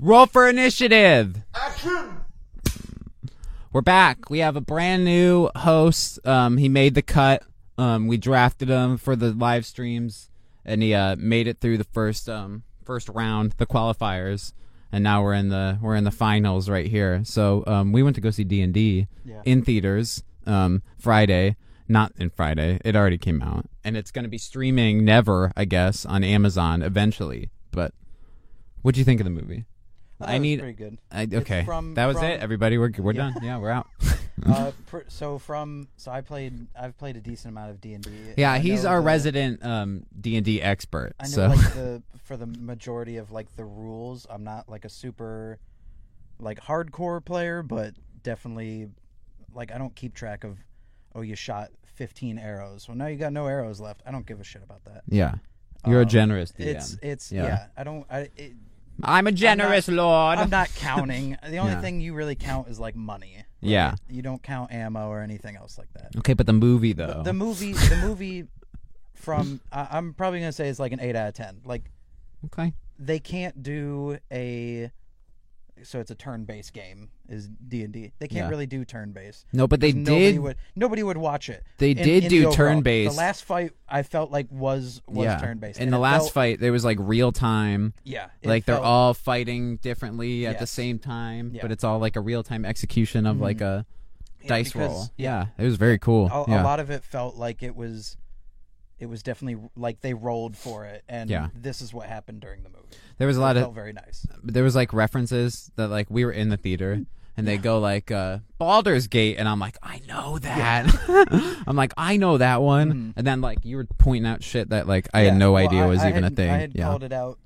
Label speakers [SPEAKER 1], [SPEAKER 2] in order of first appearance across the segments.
[SPEAKER 1] Roll for initiative.
[SPEAKER 2] Action!
[SPEAKER 1] We're back. We have a brand new host. Um, he made the cut. Um, we drafted him for the live streams, and he uh, made it through the first um, first round, the qualifiers, and now we're in the we're in the finals right here. So um, we went to go see D and D in theaters um, Friday. Not in Friday. It already came out, and it's going to be streaming never, I guess, on Amazon eventually. But what do you think of the movie?
[SPEAKER 3] thought
[SPEAKER 1] I
[SPEAKER 3] it was
[SPEAKER 1] need-
[SPEAKER 3] pretty good.
[SPEAKER 1] I, okay,
[SPEAKER 3] from-
[SPEAKER 1] that was
[SPEAKER 3] from-
[SPEAKER 1] it. Everybody, we're we're done. Yeah, we're out.
[SPEAKER 3] uh, pr- so from so I played I've played a decent amount of D and D.
[SPEAKER 1] Yeah, he's our resident um D and D expert.
[SPEAKER 3] I know
[SPEAKER 1] So
[SPEAKER 3] like the for the majority of like the rules, I'm not like a super like hardcore player, but definitely like I don't keep track of oh you shot 15 arrows. Well now you got no arrows left. I don't give a shit about that.
[SPEAKER 1] yeah, you're a
[SPEAKER 3] um,
[SPEAKER 1] generous DM.
[SPEAKER 3] It's it's
[SPEAKER 1] Yeah.
[SPEAKER 3] yeah. I don't I it,
[SPEAKER 1] I'm a generous lord.
[SPEAKER 3] I'm not counting. The only
[SPEAKER 1] Yeah.
[SPEAKER 3] thing you really count is like money. Like,
[SPEAKER 1] Yeah.
[SPEAKER 3] You don't count ammo or anything else like that.
[SPEAKER 1] okay, but the movie though.
[SPEAKER 3] the movie the movie from I i'm probably gonna say it's like an 8 out of 10 like
[SPEAKER 1] okay.
[SPEAKER 3] they can't do a so it's a turn-based game is d&d they can't
[SPEAKER 1] Yeah.
[SPEAKER 3] really do turn-based
[SPEAKER 1] No, but they
[SPEAKER 3] nobody
[SPEAKER 1] did.
[SPEAKER 3] would nobody would watch it
[SPEAKER 1] They
[SPEAKER 3] in-
[SPEAKER 1] did
[SPEAKER 3] in
[SPEAKER 1] do
[SPEAKER 3] the overall.
[SPEAKER 1] turn-based.
[SPEAKER 3] the last fight i felt like was was
[SPEAKER 1] yeah.
[SPEAKER 3] turn-based
[SPEAKER 1] In
[SPEAKER 3] and
[SPEAKER 1] the
[SPEAKER 3] it
[SPEAKER 1] last
[SPEAKER 3] felt-
[SPEAKER 1] fight, there was like real time.
[SPEAKER 3] yeah it
[SPEAKER 1] Like they're
[SPEAKER 3] felt-
[SPEAKER 1] all fighting differently at the
[SPEAKER 3] Yes.
[SPEAKER 1] same time,
[SPEAKER 3] Yeah. Mm-hmm.
[SPEAKER 1] but it's all like a real time execution of like a
[SPEAKER 3] yeah,
[SPEAKER 1] dice
[SPEAKER 3] because
[SPEAKER 1] roll. Yeah, it was very cool.
[SPEAKER 3] a,
[SPEAKER 1] yeah.
[SPEAKER 3] a lot of it felt like it was it was definitely like they rolled for it and
[SPEAKER 1] Yeah.
[SPEAKER 3] this is what happened during the movie
[SPEAKER 1] there was a
[SPEAKER 3] It
[SPEAKER 1] lot of
[SPEAKER 3] felt very nice
[SPEAKER 1] there was like references that like we were in the theater and they go like uh Baldur's Gate and I'm like I know that. I'm like I know that one. And then like you were pointing out shit that like I had
[SPEAKER 3] Mm-hmm. Yeah,
[SPEAKER 1] no
[SPEAKER 3] well,
[SPEAKER 1] idea
[SPEAKER 3] I-
[SPEAKER 1] was
[SPEAKER 3] I
[SPEAKER 1] even
[SPEAKER 3] had-
[SPEAKER 1] a thing.
[SPEAKER 3] I had
[SPEAKER 1] yeah.
[SPEAKER 3] called it out,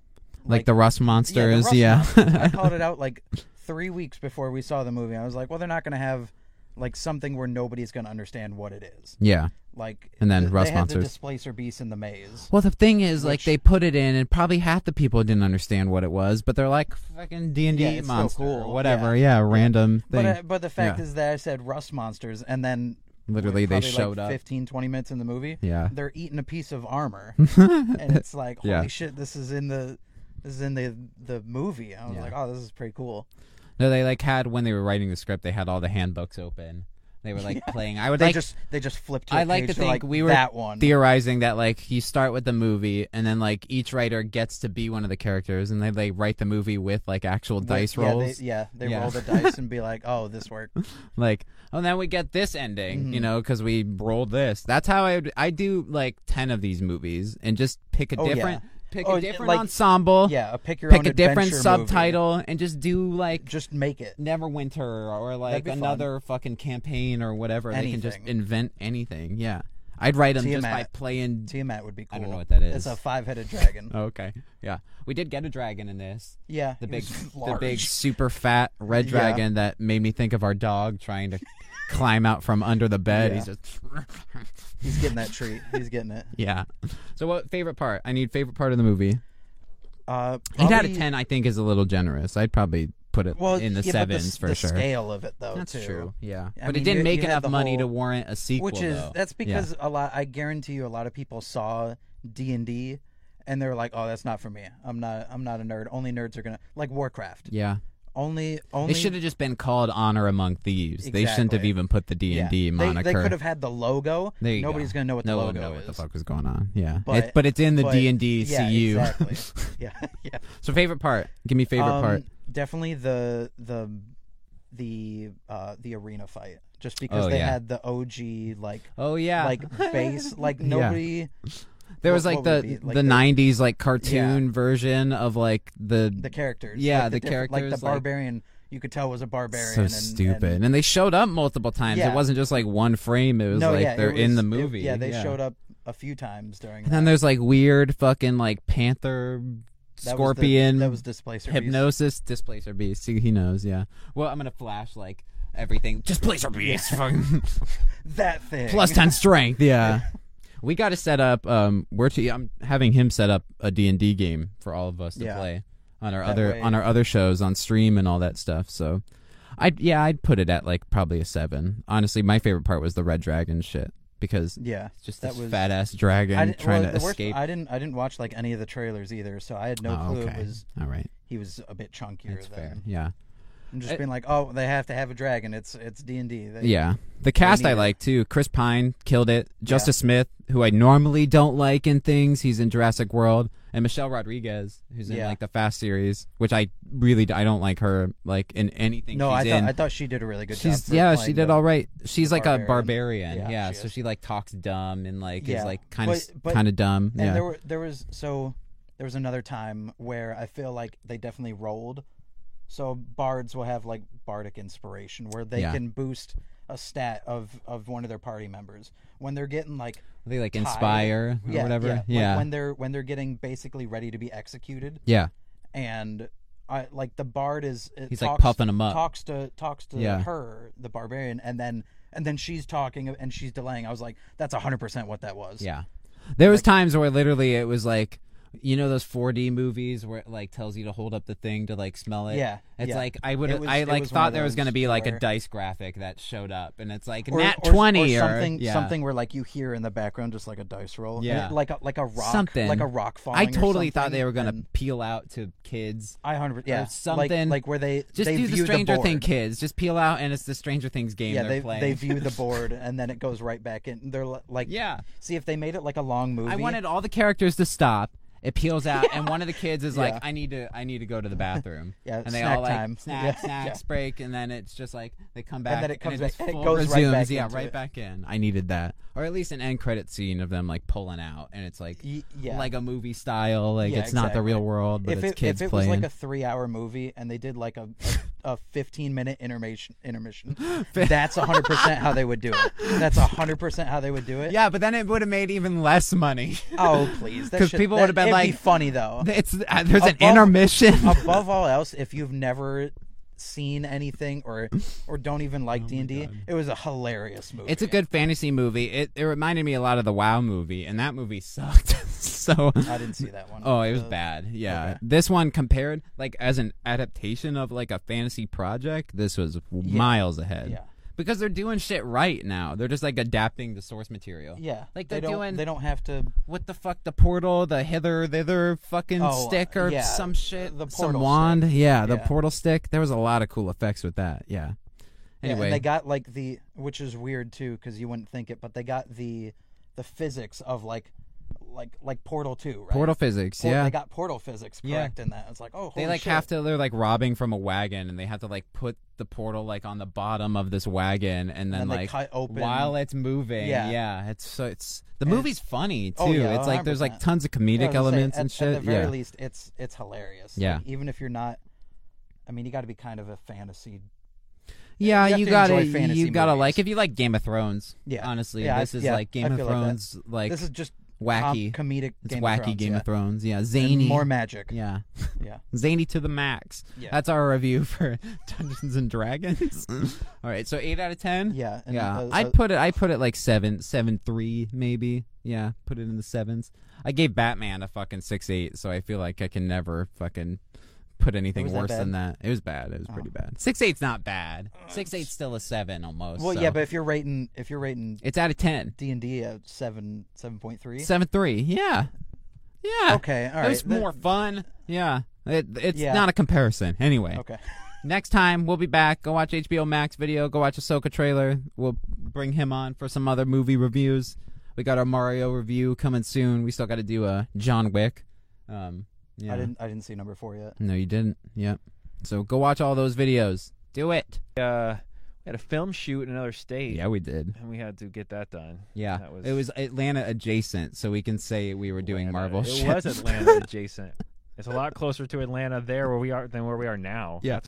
[SPEAKER 1] like, the Rust monsters,
[SPEAKER 3] yeah.
[SPEAKER 1] yeah.
[SPEAKER 3] the Rust Monsters. I called it out like three weeks before we saw the movie. I was like, well, they're not going to have like something where nobody's going to understand what it is.
[SPEAKER 1] yeah.
[SPEAKER 3] Like,
[SPEAKER 1] And then
[SPEAKER 3] th-
[SPEAKER 1] Rust
[SPEAKER 3] they had
[SPEAKER 1] Monsters.
[SPEAKER 3] the displacer beast in the maze.
[SPEAKER 1] Well, the thing is, like, they put it in, and probably half the people didn't understand what it was, but they're like, fucking D and
[SPEAKER 3] Yeah,
[SPEAKER 1] D
[SPEAKER 3] it's so
[SPEAKER 1] monster, or
[SPEAKER 3] cool.
[SPEAKER 1] whatever, yeah, random
[SPEAKER 3] But,
[SPEAKER 1] thing.
[SPEAKER 3] uh, but the fact
[SPEAKER 1] Yeah.
[SPEAKER 3] is that I said Rust Monsters, and then
[SPEAKER 1] Literally, they
[SPEAKER 3] probably,
[SPEAKER 1] showed
[SPEAKER 3] like
[SPEAKER 1] up.
[SPEAKER 3] 15, 20 minutes in the movie.
[SPEAKER 1] Yeah.
[SPEAKER 3] they're eating a piece of armor, and it's like, holy
[SPEAKER 1] Yeah.
[SPEAKER 3] shit, this is in the this is in the the movie. I was like, oh, this is pretty cool.
[SPEAKER 1] No, they like had when they were writing the script, they had all the handbooks open. They were like playing. I would
[SPEAKER 3] They
[SPEAKER 1] like
[SPEAKER 3] just they just flipped. To a
[SPEAKER 1] I like to
[SPEAKER 3] page,
[SPEAKER 1] think
[SPEAKER 3] they're like
[SPEAKER 1] we were
[SPEAKER 3] that one.
[SPEAKER 1] theorizing that like you start with the movie and then like each writer gets to be one of the characters and then they write the movie with like actual dice
[SPEAKER 3] yeah,
[SPEAKER 1] rolls.
[SPEAKER 3] They, yeah, they
[SPEAKER 1] Yeah.
[SPEAKER 3] roll the dice and be like, "Oh, this worked."
[SPEAKER 1] Like, oh, then we get this ending,
[SPEAKER 3] Mm-hmm.
[SPEAKER 1] you know, because we rolled this. That's how I would, I do like ten of these movies and just pick a
[SPEAKER 3] Oh, yeah.
[SPEAKER 1] different pick a
[SPEAKER 3] Oh, yeah,
[SPEAKER 1] different
[SPEAKER 3] like-
[SPEAKER 1] ensemble.
[SPEAKER 3] Yeah, a pick your
[SPEAKER 1] pick
[SPEAKER 3] own
[SPEAKER 1] a different
[SPEAKER 3] adventure
[SPEAKER 1] subtitle and just do like
[SPEAKER 3] Movie. Just make it.
[SPEAKER 1] Neverwinter or like
[SPEAKER 3] be fun.
[SPEAKER 1] another fucking campaign or whatever. They can just
[SPEAKER 3] Anything.
[SPEAKER 1] invent anything. Yeah, I'd write them just by
[SPEAKER 3] Tiamat.
[SPEAKER 1] playing.
[SPEAKER 3] Tiamat would be cool.
[SPEAKER 1] I don't know what that is.
[SPEAKER 3] It's a five-headed dragon.
[SPEAKER 1] Oh, okay, yeah, we did get a dragon in this.
[SPEAKER 3] yeah,
[SPEAKER 1] The
[SPEAKER 3] it
[SPEAKER 1] big,
[SPEAKER 3] was
[SPEAKER 1] the big
[SPEAKER 3] large.
[SPEAKER 1] super fat red
[SPEAKER 3] Yeah.
[SPEAKER 1] dragon that made me think of our dog trying to climb out from under the bed.
[SPEAKER 3] Yeah.
[SPEAKER 1] He's just,
[SPEAKER 3] He's getting that treat. He's getting it.
[SPEAKER 1] yeah. So, what favorite part? I need favorite part of the movie.
[SPEAKER 3] Uh,
[SPEAKER 1] Eight out
[SPEAKER 3] probably-
[SPEAKER 1] of ten, I think, is a little generous. I'd probably put it
[SPEAKER 3] Well,
[SPEAKER 1] in the
[SPEAKER 3] yeah, but
[SPEAKER 1] sevens
[SPEAKER 3] the,
[SPEAKER 1] for
[SPEAKER 3] the
[SPEAKER 1] sure.
[SPEAKER 3] Scale of it though.
[SPEAKER 1] That's
[SPEAKER 3] too.
[SPEAKER 1] true. Yeah,
[SPEAKER 3] I
[SPEAKER 1] but it
[SPEAKER 3] mean,
[SPEAKER 1] didn't
[SPEAKER 3] you-
[SPEAKER 1] make
[SPEAKER 3] you had
[SPEAKER 1] enough
[SPEAKER 3] the
[SPEAKER 1] money to
[SPEAKER 3] whole-
[SPEAKER 1] warrant a sequel.
[SPEAKER 3] Which is
[SPEAKER 1] though.
[SPEAKER 3] that's
[SPEAKER 1] Yeah.
[SPEAKER 3] because a lot. I guarantee you, a lot of people saw D and D, and they were like, "Oh, that's not for me. I'm not. I'm not a nerd. Only nerds are gonna like Warcraft.
[SPEAKER 1] Yeah.
[SPEAKER 3] Only. Only.
[SPEAKER 1] It should have just been called Honor Among Thieves. They shouldn't have
[SPEAKER 3] Exactly.
[SPEAKER 1] even put the D and D
[SPEAKER 3] Yeah. They-
[SPEAKER 1] moniker.
[SPEAKER 3] They, could have had the logo.
[SPEAKER 1] There you go.
[SPEAKER 3] Nobody's gonna know what the
[SPEAKER 1] no one
[SPEAKER 3] logo
[SPEAKER 1] know
[SPEAKER 3] is.
[SPEAKER 1] what the fuck was going on. Yeah, but
[SPEAKER 3] But-
[SPEAKER 1] it's, but it's in the
[SPEAKER 3] but-
[SPEAKER 1] D and D
[SPEAKER 3] yeah,
[SPEAKER 1] CU.
[SPEAKER 3] Exactly. yeah, yeah.
[SPEAKER 1] so favorite part. Give me favorite
[SPEAKER 3] Um,
[SPEAKER 1] part.
[SPEAKER 3] Definitely the the the uh, the arena fight. Just because
[SPEAKER 1] Oh,
[SPEAKER 3] they
[SPEAKER 1] yeah.
[SPEAKER 3] had the OG like
[SPEAKER 1] Oh yeah,
[SPEAKER 3] like base like
[SPEAKER 1] Yeah.
[SPEAKER 3] nobody
[SPEAKER 1] there was
[SPEAKER 3] what-
[SPEAKER 1] like
[SPEAKER 3] what would
[SPEAKER 1] the
[SPEAKER 3] it be? Like
[SPEAKER 1] the
[SPEAKER 3] the-
[SPEAKER 1] '90s like cartoon version of like the.
[SPEAKER 3] the characters.
[SPEAKER 1] Yeah,
[SPEAKER 3] like
[SPEAKER 1] the
[SPEAKER 3] different- like
[SPEAKER 1] characters,
[SPEAKER 3] the
[SPEAKER 1] like-
[SPEAKER 3] barbarian. You could tell was a barbarian.
[SPEAKER 1] so
[SPEAKER 3] and,
[SPEAKER 1] stupid,
[SPEAKER 3] and-
[SPEAKER 1] and, they showed up multiple times.
[SPEAKER 3] Yeah.
[SPEAKER 1] It wasn't just like one frame. It was
[SPEAKER 3] no,
[SPEAKER 1] like
[SPEAKER 3] yeah, it
[SPEAKER 1] they're in
[SPEAKER 3] was-
[SPEAKER 1] the
[SPEAKER 3] it-
[SPEAKER 1] movie.
[SPEAKER 3] yeah, they showed up a few times during.
[SPEAKER 1] And then
[SPEAKER 3] that.
[SPEAKER 1] there's like weird fucking like panther,
[SPEAKER 3] That was the-
[SPEAKER 1] scorpion,
[SPEAKER 3] That was displacer. Beast.
[SPEAKER 1] hypnosis, displacer beast. See, he knows. Yeah. Well, I'm gonna flash like everything. Displacer beast. fucking
[SPEAKER 3] That thing.
[SPEAKER 1] Plus ten strength. Yeah. We got to set up. Um, we're to. I'm having him set up a D and D game for all of us to
[SPEAKER 3] Yeah.
[SPEAKER 1] play on our
[SPEAKER 3] That
[SPEAKER 1] other
[SPEAKER 3] way-
[SPEAKER 1] on our other shows on stream and all that stuff. So, I would yeah, I'd put it at like probably a seven. Honestly, my favorite part was the red dragon shit because
[SPEAKER 3] Yeah,
[SPEAKER 1] it's just
[SPEAKER 3] that
[SPEAKER 1] this
[SPEAKER 3] was-
[SPEAKER 1] fat ass dragon
[SPEAKER 3] I didn't-
[SPEAKER 1] trying
[SPEAKER 3] well,
[SPEAKER 1] to
[SPEAKER 3] the worst-
[SPEAKER 1] escape.
[SPEAKER 3] I didn't. I didn't watch like any of the trailers either, so I had no
[SPEAKER 1] Oh,
[SPEAKER 3] clue
[SPEAKER 1] okay.
[SPEAKER 3] it was.
[SPEAKER 1] All right.
[SPEAKER 3] he was a bit chunkier
[SPEAKER 1] That's
[SPEAKER 3] than.
[SPEAKER 1] fair. Yeah.
[SPEAKER 3] I'm just
[SPEAKER 1] I-
[SPEAKER 3] being like, oh, they have to have a dragon. It's it's D and D.
[SPEAKER 1] Yeah. The cast
[SPEAKER 3] need
[SPEAKER 1] I
[SPEAKER 3] it.
[SPEAKER 1] like too. Chris Pine killed it. Justice Smith, who I normally don't like in things, he's in Jurassic World, and Michelle Rodriguez, who's in
[SPEAKER 3] Yeah.
[SPEAKER 1] like the Fast series, which I really d- I don't like her like in anything
[SPEAKER 3] No, I
[SPEAKER 1] she's
[SPEAKER 3] thought
[SPEAKER 1] in.
[SPEAKER 3] I thought she did a really good job.
[SPEAKER 1] she's
[SPEAKER 3] for
[SPEAKER 1] yeah,
[SPEAKER 3] playing
[SPEAKER 1] she did
[SPEAKER 3] the-
[SPEAKER 1] all right. She's like a
[SPEAKER 3] barbarian.
[SPEAKER 1] barbarian.
[SPEAKER 3] Yeah,
[SPEAKER 1] Yeah,
[SPEAKER 3] she
[SPEAKER 1] so
[SPEAKER 3] is.
[SPEAKER 1] she like talks dumb and like
[SPEAKER 3] Yeah.
[SPEAKER 1] is like kind of
[SPEAKER 3] But- but-
[SPEAKER 1] kind of dumb.
[SPEAKER 3] And
[SPEAKER 1] yeah.
[SPEAKER 3] there were there was so there was another time where I feel like they definitely rolled. So bards will have like bardic inspiration where they
[SPEAKER 1] Yeah.
[SPEAKER 3] can boost a stat of of one of their party members when they're getting like
[SPEAKER 1] they like
[SPEAKER 3] tired.
[SPEAKER 1] inspire or
[SPEAKER 3] yeah,
[SPEAKER 1] whatever.
[SPEAKER 3] yeah,
[SPEAKER 1] Yeah.
[SPEAKER 3] like, when they're when they're getting basically ready to be executed
[SPEAKER 1] Yeah.
[SPEAKER 3] and I like the bard is it
[SPEAKER 1] He's like
[SPEAKER 3] talks,
[SPEAKER 1] puffing him up.
[SPEAKER 3] talks to talks to
[SPEAKER 1] Yeah.
[SPEAKER 3] her the barbarian and then and then she's talking and she's delaying I was like that's 100% what that was
[SPEAKER 1] Yeah. There was times where literally it was like you know those 4D movies where it like tells you to hold up the thing to like smell it.
[SPEAKER 3] Yeah,
[SPEAKER 1] It's
[SPEAKER 3] yeah.
[SPEAKER 1] like I would
[SPEAKER 3] It was-
[SPEAKER 1] I
[SPEAKER 3] it
[SPEAKER 1] like
[SPEAKER 3] was one
[SPEAKER 1] thought
[SPEAKER 3] of
[SPEAKER 1] there was
[SPEAKER 3] those
[SPEAKER 1] going to be like
[SPEAKER 3] where-
[SPEAKER 1] a dice graphic that showed up and it's like
[SPEAKER 3] Or-
[SPEAKER 1] nat
[SPEAKER 3] or-
[SPEAKER 1] 20 or,
[SPEAKER 3] something
[SPEAKER 1] yeah.
[SPEAKER 3] something where like you hear in the background just like a dice roll And
[SPEAKER 1] Yeah.
[SPEAKER 3] it- like a, like a rock
[SPEAKER 1] Something.
[SPEAKER 3] like a rock falling
[SPEAKER 1] I
[SPEAKER 3] or
[SPEAKER 1] totally thought they
[SPEAKER 3] something,
[SPEAKER 1] were going to
[SPEAKER 3] and
[SPEAKER 1] peel out to kids.
[SPEAKER 3] I 100 yeah
[SPEAKER 1] or something.
[SPEAKER 3] like, like where they
[SPEAKER 1] Just
[SPEAKER 3] they
[SPEAKER 1] do
[SPEAKER 3] view
[SPEAKER 1] the Stranger
[SPEAKER 3] board.
[SPEAKER 1] Thing kids. Just peel out and it's the Stranger Things game
[SPEAKER 3] yeah
[SPEAKER 1] they're
[SPEAKER 3] they
[SPEAKER 1] playing.
[SPEAKER 3] they view the board and then it goes right back in they're li- like
[SPEAKER 1] yeah.
[SPEAKER 3] see if they made it like a long movie
[SPEAKER 1] I wanted all the characters to stop. It peels out, and one of the kids is
[SPEAKER 3] Yeah.
[SPEAKER 1] like, "I need to, I need to go to the bathroom."
[SPEAKER 3] Yeah,
[SPEAKER 1] and they
[SPEAKER 3] snack
[SPEAKER 1] all like
[SPEAKER 3] time.
[SPEAKER 1] snack,
[SPEAKER 3] Yeah.
[SPEAKER 1] snacks, break, and then it's just like they come back,
[SPEAKER 3] then it comes
[SPEAKER 1] just
[SPEAKER 3] back- and it
[SPEAKER 1] full
[SPEAKER 3] goes right
[SPEAKER 1] resumes,
[SPEAKER 3] back
[SPEAKER 1] yeah,
[SPEAKER 3] into
[SPEAKER 1] right
[SPEAKER 3] it.
[SPEAKER 1] back in. I needed that, or at least an end credit scene of them like pulling out, and it's like,
[SPEAKER 3] Y- yeah
[SPEAKER 1] like a movie style, like
[SPEAKER 3] Yeah,
[SPEAKER 1] it's not the
[SPEAKER 3] exactly.
[SPEAKER 1] real world, but
[SPEAKER 3] if
[SPEAKER 1] it's
[SPEAKER 3] it,
[SPEAKER 1] kids
[SPEAKER 3] if it
[SPEAKER 1] playing.
[SPEAKER 3] was like a three hour movie and they did like a, a, a 15 minute intermission intermission that's 100% how they would do it that's 100% how they would do it
[SPEAKER 1] yeah, but then it would have made even less money.
[SPEAKER 3] oh
[SPEAKER 1] 'Cause
[SPEAKER 3] please because
[SPEAKER 1] people would've been
[SPEAKER 3] be
[SPEAKER 1] like-
[SPEAKER 3] funny though
[SPEAKER 1] it's uh, there's an
[SPEAKER 3] Above-
[SPEAKER 1] intermission.
[SPEAKER 3] above all else if you've never seen anything or or don't even
[SPEAKER 1] Oh
[SPEAKER 3] like d&d it was a hilarious movie
[SPEAKER 1] It's a good fantasy movie. It, it reminded me a lot of the WoW movie, and that movie sucked. so
[SPEAKER 3] i didn't see that one.
[SPEAKER 1] Oh, it was
[SPEAKER 3] Uh,
[SPEAKER 1] bad. Yeah.
[SPEAKER 3] okay.
[SPEAKER 1] This one compared like as an adaptation of like a fantasy project, this was miles ahead.
[SPEAKER 3] yeah
[SPEAKER 1] Because they're doing shit right now. They're just like adapting the source material.
[SPEAKER 3] yeah
[SPEAKER 1] Like,
[SPEAKER 3] they
[SPEAKER 1] they're
[SPEAKER 3] don't
[SPEAKER 1] doing-
[SPEAKER 3] they don't have to
[SPEAKER 1] What the fuck the portal, the hither thither fucking
[SPEAKER 3] Oh,
[SPEAKER 1] stick or
[SPEAKER 3] yeah,
[SPEAKER 1] some shit,
[SPEAKER 3] the
[SPEAKER 1] some
[SPEAKER 3] portal
[SPEAKER 1] wand. Yeah, the
[SPEAKER 3] Yeah.
[SPEAKER 1] portal stick. There was a lot of cool effects with that. Yeah.
[SPEAKER 3] Yeah, and
[SPEAKER 1] Anyway,
[SPEAKER 3] they got like the which is weird too because you wouldn't think it, but they got the the physics of like like like Portal Two, right?
[SPEAKER 1] portal physics,
[SPEAKER 3] Port-
[SPEAKER 1] yeah.
[SPEAKER 3] they got Portal physics
[SPEAKER 1] Yeah.
[SPEAKER 3] correct in that. It's like oh,
[SPEAKER 1] they
[SPEAKER 3] holy
[SPEAKER 1] like
[SPEAKER 3] shit.
[SPEAKER 1] have to they're like robbing from a wagon and they have to like put the portal like on the bottom of this wagon and then
[SPEAKER 3] then they
[SPEAKER 1] like
[SPEAKER 3] cut open-
[SPEAKER 1] while it's moving
[SPEAKER 3] Yeah.
[SPEAKER 1] yeah, it's so it's the
[SPEAKER 3] And
[SPEAKER 1] movie's funny too
[SPEAKER 3] oh, yeah,
[SPEAKER 1] it's like there's like
[SPEAKER 3] 100%.
[SPEAKER 1] tons of
[SPEAKER 3] Yeah, I
[SPEAKER 1] comedic
[SPEAKER 3] was gonna say,
[SPEAKER 1] elements
[SPEAKER 3] at-
[SPEAKER 1] and shit
[SPEAKER 3] At the very
[SPEAKER 1] yeah
[SPEAKER 3] least, it's it's hilarious.
[SPEAKER 1] Yeah.
[SPEAKER 3] Like, even if you're not, I mean, you got to be kind of a fantasy.
[SPEAKER 1] yeah
[SPEAKER 3] you
[SPEAKER 1] you,
[SPEAKER 3] have to
[SPEAKER 1] gotta
[SPEAKER 3] enjoy fantasy
[SPEAKER 1] you gotta
[SPEAKER 3] movies.
[SPEAKER 1] like if you like game of thrones
[SPEAKER 3] Yeah.
[SPEAKER 1] honestly
[SPEAKER 3] Yeah, I-
[SPEAKER 1] this is
[SPEAKER 3] yeah,
[SPEAKER 1] like game
[SPEAKER 3] I
[SPEAKER 1] of
[SPEAKER 3] feel like that.
[SPEAKER 1] thrones like,
[SPEAKER 3] this is just com-
[SPEAKER 1] wacky
[SPEAKER 3] comedic.
[SPEAKER 1] it's
[SPEAKER 3] Game
[SPEAKER 1] wacky
[SPEAKER 3] of Thrones,
[SPEAKER 1] game
[SPEAKER 3] yeah.
[SPEAKER 1] of thrones yeah
[SPEAKER 3] And
[SPEAKER 1] zany
[SPEAKER 3] more magic.
[SPEAKER 1] yeah
[SPEAKER 3] Yeah.
[SPEAKER 1] zany to the max
[SPEAKER 3] Yeah.
[SPEAKER 1] that's our review for dungeons and dragons all right so 8 out of 10
[SPEAKER 3] Yeah. and,
[SPEAKER 1] yeah,
[SPEAKER 3] uh, uh,
[SPEAKER 1] I'd put it. I put it like seven, seven three, maybe. Yeah, put it in the sevens. I gave Batman a fucking six eight, so I feel like I can never fucking put anything
[SPEAKER 3] was that Oh.
[SPEAKER 1] worse than that. It was bad. It was pretty bad. Six eight's not bad. Six eight's still a seven almost.
[SPEAKER 3] Well,
[SPEAKER 1] so.
[SPEAKER 3] yeah, but if you're rating if you're rating
[SPEAKER 1] it's out of ten.
[SPEAKER 3] D and D at seven seven point three.
[SPEAKER 1] Seven three. Yeah, yeah.
[SPEAKER 3] Okay, all
[SPEAKER 1] it
[SPEAKER 3] right.
[SPEAKER 1] was
[SPEAKER 3] Th-
[SPEAKER 1] more fun. Yeah. It, it's
[SPEAKER 3] Yeah.
[SPEAKER 1] not a comparison. Anyway,
[SPEAKER 3] Okay.
[SPEAKER 1] next time we'll be back. Go watch HBO Max video. Go watch Ahsoka trailer. We'll bring him on for some other movie reviews. We got our Mario review coming soon. We still got to do uh, John Wick. Um, yeah.
[SPEAKER 3] I didn't I didn't see number four yet.
[SPEAKER 1] No, you didn't. Yep. So go watch all those videos. Do it.
[SPEAKER 2] Uh, we had a film shoot in another state,
[SPEAKER 1] Yeah, we did.
[SPEAKER 2] and we had to get that done.
[SPEAKER 1] Yeah,
[SPEAKER 2] That was-
[SPEAKER 1] it was Atlanta adjacent, so we can say we were doing
[SPEAKER 2] Atlanta.
[SPEAKER 1] Marvel
[SPEAKER 2] Uh, It
[SPEAKER 1] shit.
[SPEAKER 2] was Atlanta adjacent. It's a lot closer to Atlanta there where we are than where we are now.
[SPEAKER 1] Yeah.